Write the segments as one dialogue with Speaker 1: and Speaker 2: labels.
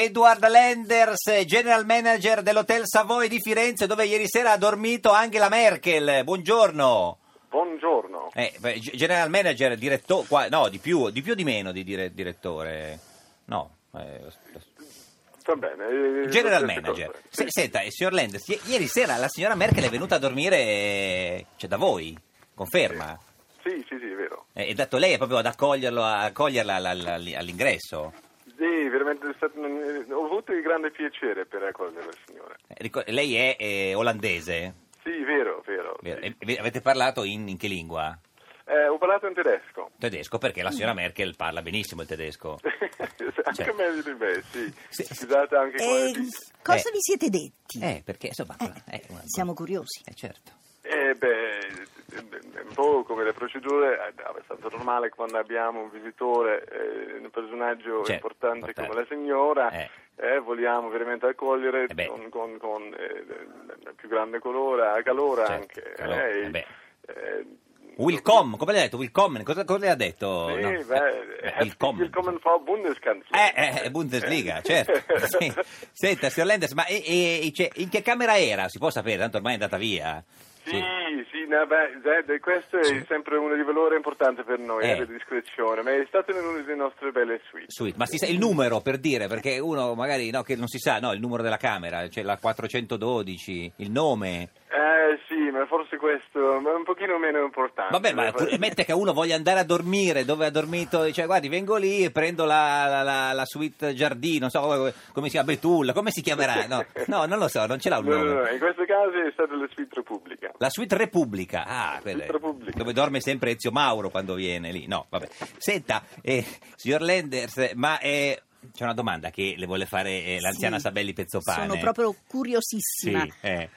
Speaker 1: Edward Lenders, general manager dell'Hotel Savoy di Firenze, dove ieri sera ha dormito Angela Merkel. Buongiorno.
Speaker 2: Buongiorno.
Speaker 1: Eh, beh, g- general manager, direttore, qua- no, di più, di più o di meno di dire- direttore? No. eh,
Speaker 2: Va bene. eh,
Speaker 1: General
Speaker 2: queste
Speaker 1: manager.
Speaker 2: cose.
Speaker 1: Se- senta, eh, signor Lenders, i- ieri sera la signora Merkel è venuta a dormire eh, cioè, da voi, conferma?
Speaker 2: Sì, sì, sì, è vero.
Speaker 1: Eh, E dato lei è proprio ad accoglierlo, a accoglierla alla- alla- all'ingresso?
Speaker 2: Sì, veramente è stato un- eh, ho avuto il grande piacere per accogliere la signora.
Speaker 1: Eh, ricor- lei è eh, olandese?
Speaker 2: Sì, vero, vero.
Speaker 1: Vero.
Speaker 2: sì.
Speaker 1: E- e avete parlato in, in che lingua?
Speaker 2: Eh, ho parlato in tedesco.
Speaker 1: Tedesco, perché la
Speaker 3: Mm.
Speaker 1: signora Merkel parla benissimo il tedesco.
Speaker 2: anche
Speaker 1: Cioè.
Speaker 2: meglio di me, sì.
Speaker 1: Sì, sì.
Speaker 2: Scusate anche
Speaker 3: Eh,
Speaker 2: come...
Speaker 3: cosa
Speaker 1: Eh.
Speaker 3: vi siete detti?
Speaker 1: Eh, perché insomma...
Speaker 3: Eh,
Speaker 1: eh, una-
Speaker 3: siamo curiosi.
Speaker 1: Eh, certo.
Speaker 2: Eh beh, è un po' come le procedure, è abbastanza normale quando abbiamo un visitore, eh, un personaggio
Speaker 1: Certo,
Speaker 2: importante,
Speaker 1: importante.
Speaker 2: come la signora,
Speaker 1: Eh.
Speaker 2: eh, vogliamo veramente accogliere
Speaker 1: Eh beh.
Speaker 2: con, con- con, eh, la più grande colora, calore
Speaker 1: Certo,
Speaker 2: anche.
Speaker 1: calore,
Speaker 2: eh,
Speaker 1: eh beh.
Speaker 2: eh,
Speaker 1: Wilcom, come le ha detto? Wilcom, cosa, cosa le ha detto?
Speaker 2: Sì,
Speaker 1: No. Eh,
Speaker 2: beh, herzlich
Speaker 1: Willkommen.
Speaker 2: willkommen Frau Bundeskanzlerin.
Speaker 1: Eh, eh, Bundesliga,
Speaker 2: Eh.
Speaker 1: certo. Sì. Senta, signor Lenders, ma e- e- e- cioè, in che camera era? Si può sapere, tanto ormai è andata via.
Speaker 2: Sì, sì, no, beh, Zed, questo è sempre uno di valore importante per noi,
Speaker 1: Eh.
Speaker 2: eh, per discrezione, ma è stato in una delle nostre belle suite.
Speaker 1: Suite. Ma si sa il numero per dire, perché uno magari no, che non si sa, no, il numero della camera, c'è la 412, il nome.
Speaker 2: Eh sì, ma forse questo ma è un pochino meno importante. eh,
Speaker 1: Vabbè, ma pur- mette che uno voglia andare a dormire dove ha dormito, dice guardi, vengo lì e prendo la, la- la- la suite giardino, non so come, come si chiama, Betulla, come si chiamerà? No, no, non lo so, non ce l'ha un
Speaker 2: No, no,
Speaker 1: nome.
Speaker 2: no, in questo caso è stata la suite Repubblica.
Speaker 1: La suite Repubblica, ah, quella è-
Speaker 2: Suite Repubblica.
Speaker 1: dove dorme sempre Ezio Mauro quando viene lì. No, vabbè. Senta, eh, signor Lenders, ma eh, c'è una domanda che le vuole fare eh, l'anziana
Speaker 3: Sì.
Speaker 1: Sabelli Pezzopane.
Speaker 3: Sono proprio
Speaker 1: Sì,
Speaker 3: curiosissima.
Speaker 1: eh.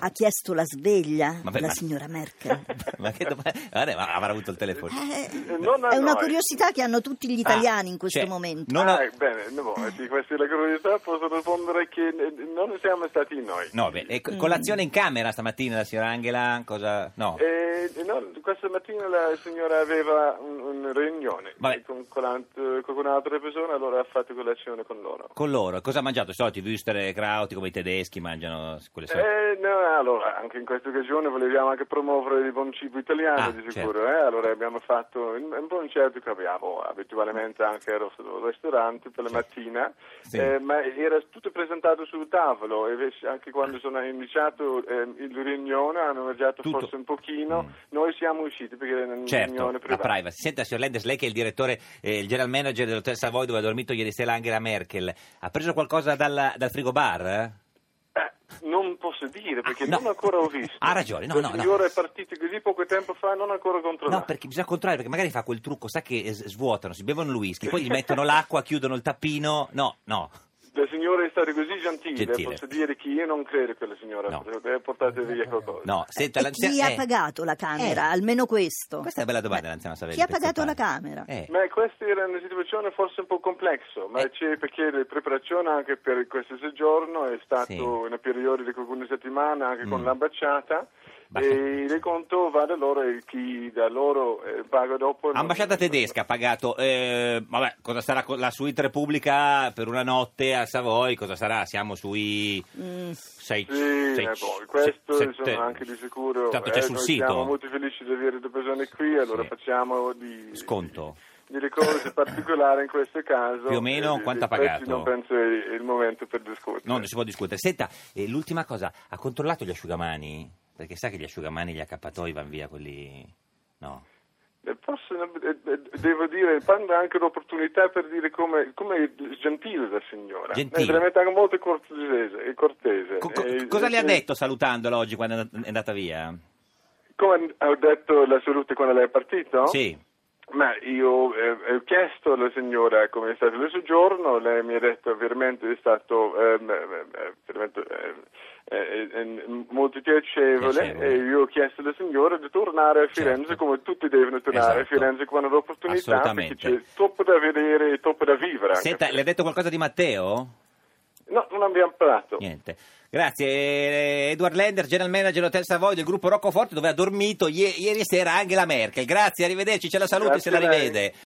Speaker 3: Ha chiesto la sveglia
Speaker 1: Vabbè,
Speaker 3: la
Speaker 1: ma-
Speaker 3: signora Merkel.
Speaker 1: ma che domanda? Guarda, ma avrà avuto il telefono.
Speaker 3: Eh,
Speaker 2: Non a
Speaker 3: è una
Speaker 2: noi.
Speaker 3: curiosità che hanno tutti gli italiani
Speaker 1: Ah,
Speaker 3: in questo
Speaker 1: cioè,
Speaker 3: momento.
Speaker 1: non
Speaker 2: ah,
Speaker 1: ho-
Speaker 2: bene, no, sì, questa è la curiosità, posso rispondere che eh, non siamo stati noi.
Speaker 1: No, eh, beh, e co-
Speaker 3: Mm.
Speaker 1: colazione in camera stamattina la signora Angela, cosa... No.
Speaker 2: Eh, no, questa mattina la signora aveva un, un riunione
Speaker 1: Vabbè.
Speaker 2: con, con, alt- con un'altra persona, allora ha fatto colazione con loro.
Speaker 1: Con loro, cosa ha mangiato? I soliti Würstere Krauti come i tedeschi mangiano quelle solite...
Speaker 2: Eh, no, allora, anche in questa occasione volevamo anche promuovere il buon cibo italiano,
Speaker 1: Ah,
Speaker 2: di sicuro, eh? Allora abbiamo fatto un, un concerto certo che abbiamo abitualmente anche al nostro ristorante per la mattina,
Speaker 1: Sì.
Speaker 2: eh, ma era tutto presentato sul tavolo e invece anche quando sono iniziato eh, il riunione hanno mangiato
Speaker 1: Tutto.
Speaker 2: forse un pochino,
Speaker 1: Mm.
Speaker 2: noi siamo usciti perché era una
Speaker 1: Certo,
Speaker 2: riunione
Speaker 1: la
Speaker 2: privata.
Speaker 1: privacy. Senta, signor Lendes, lei che è il direttore, eh, il general manager dell'Hotel Savoy dove ha dormito ieri sera Angela Merkel, ha preso qualcosa dalla- dal frigobar?
Speaker 2: Eh, non posso dire perché
Speaker 1: Ah, No.
Speaker 2: non ancora ho visto.
Speaker 1: Ha ragione, no,
Speaker 2: La
Speaker 1: no, no.
Speaker 2: signora è partita così poco tempo fa, non ancora controllato.
Speaker 1: No, perché bisogna controllare, perché magari fa quel trucco, sa che eh, s- svuotano, si bevono il whisky, poi gli mettono l'acqua, chiudono il tappino, no, no.
Speaker 2: La signora è stata così gentile,
Speaker 1: Gentile.
Speaker 2: posso dire che io non credo che la signora
Speaker 1: No.
Speaker 2: potrebbe portare via qualcosa.
Speaker 1: No, senta,
Speaker 3: E
Speaker 1: l'anzia-
Speaker 3: chi ha
Speaker 1: eh,
Speaker 3: pagato la camera?
Speaker 1: Eh.
Speaker 3: Almeno questo.
Speaker 1: Questa è una bella domanda, l'anziana Savelli.
Speaker 3: Chi ha
Speaker 1: per
Speaker 3: pagato la
Speaker 1: Stefano.
Speaker 3: camera?
Speaker 1: Eh,
Speaker 2: Ma questa era una situazione forse un po' complessa, ma
Speaker 1: Eh.
Speaker 2: c'è perché la preparazione anche per questo soggiorno è stato
Speaker 1: Sì.
Speaker 2: una periodo di alcune settimane anche
Speaker 1: Mm.
Speaker 2: con l'ambasciata
Speaker 1: Ambasciata.
Speaker 2: e il conto va da loro e chi da loro eh, paga dopo. non-
Speaker 1: Ambasciata tedesca ha pagato, eh, vabbè, cosa sarà co- la suite Repubblica per una notte a Savoy? Cosa sarà? Siamo sui
Speaker 3: Mm.
Speaker 1: 6
Speaker 2: Sì, ma poi questo sono anche di sicuro.
Speaker 1: Tanto c'è
Speaker 2: eh,
Speaker 1: sul
Speaker 2: noi
Speaker 1: sito.
Speaker 2: Siamo molto felici di avere due persone qui, allora
Speaker 1: Sì.
Speaker 2: facciamo di
Speaker 1: Sconto.
Speaker 2: delle cose particolari in questo caso.
Speaker 1: Più o meno,
Speaker 2: Eh, di-
Speaker 1: quanto
Speaker 2: di
Speaker 1: ha pagato?
Speaker 2: prezzi Non penso è è il momento per discutere.
Speaker 1: No, non si può discutere. Senta, eh, l'ultima cosa, ha controllato gli asciugamani? Perché sa che gli asciugamani, gli accappatoi vanno via quelli... No.
Speaker 2: Eh, posso- eh, eh, devo dire, prendo anche l'opportunità per dire come, come è gentile la signora.
Speaker 1: Gentile.
Speaker 2: È veramente anche molto cortese. e cortese.
Speaker 1: Co- co-
Speaker 2: Eh,
Speaker 1: cosa le ha
Speaker 2: eh,
Speaker 1: detto salutandola oggi quando è and- è andata via?
Speaker 2: Come ho detto la salute quando lei è partito?
Speaker 1: Sì.
Speaker 2: Ma io eh, ho chiesto alla signora come è stato il soggiorno, lei mi ha detto veramente è stato ehm, eh, veramente, eh, eh, eh, molto piacevole
Speaker 1: Piacevole.
Speaker 2: e io ho chiesto alla signora di tornare a Firenze
Speaker 1: Certo.
Speaker 2: come tutti devono tornare a
Speaker 1: Esatto.
Speaker 2: Firenze quando hanno l'opportunità perché
Speaker 1: Assolutamente.
Speaker 2: c'è troppo da vedere e troppo da vivere. anche.
Speaker 1: Senta, le ha detto qualcosa di Matteo?
Speaker 2: No, non abbiamo parlato.
Speaker 1: Niente. Grazie. eh, Edward Lender, general manager Hotel Savoy del gruppo Roccoforte, dove ha dormito ie- ieri sera Angela Merkel. Grazie, arrivederci, ce la saluti
Speaker 2: Grazie
Speaker 1: se
Speaker 2: a
Speaker 1: la
Speaker 2: lei.
Speaker 1: rivede.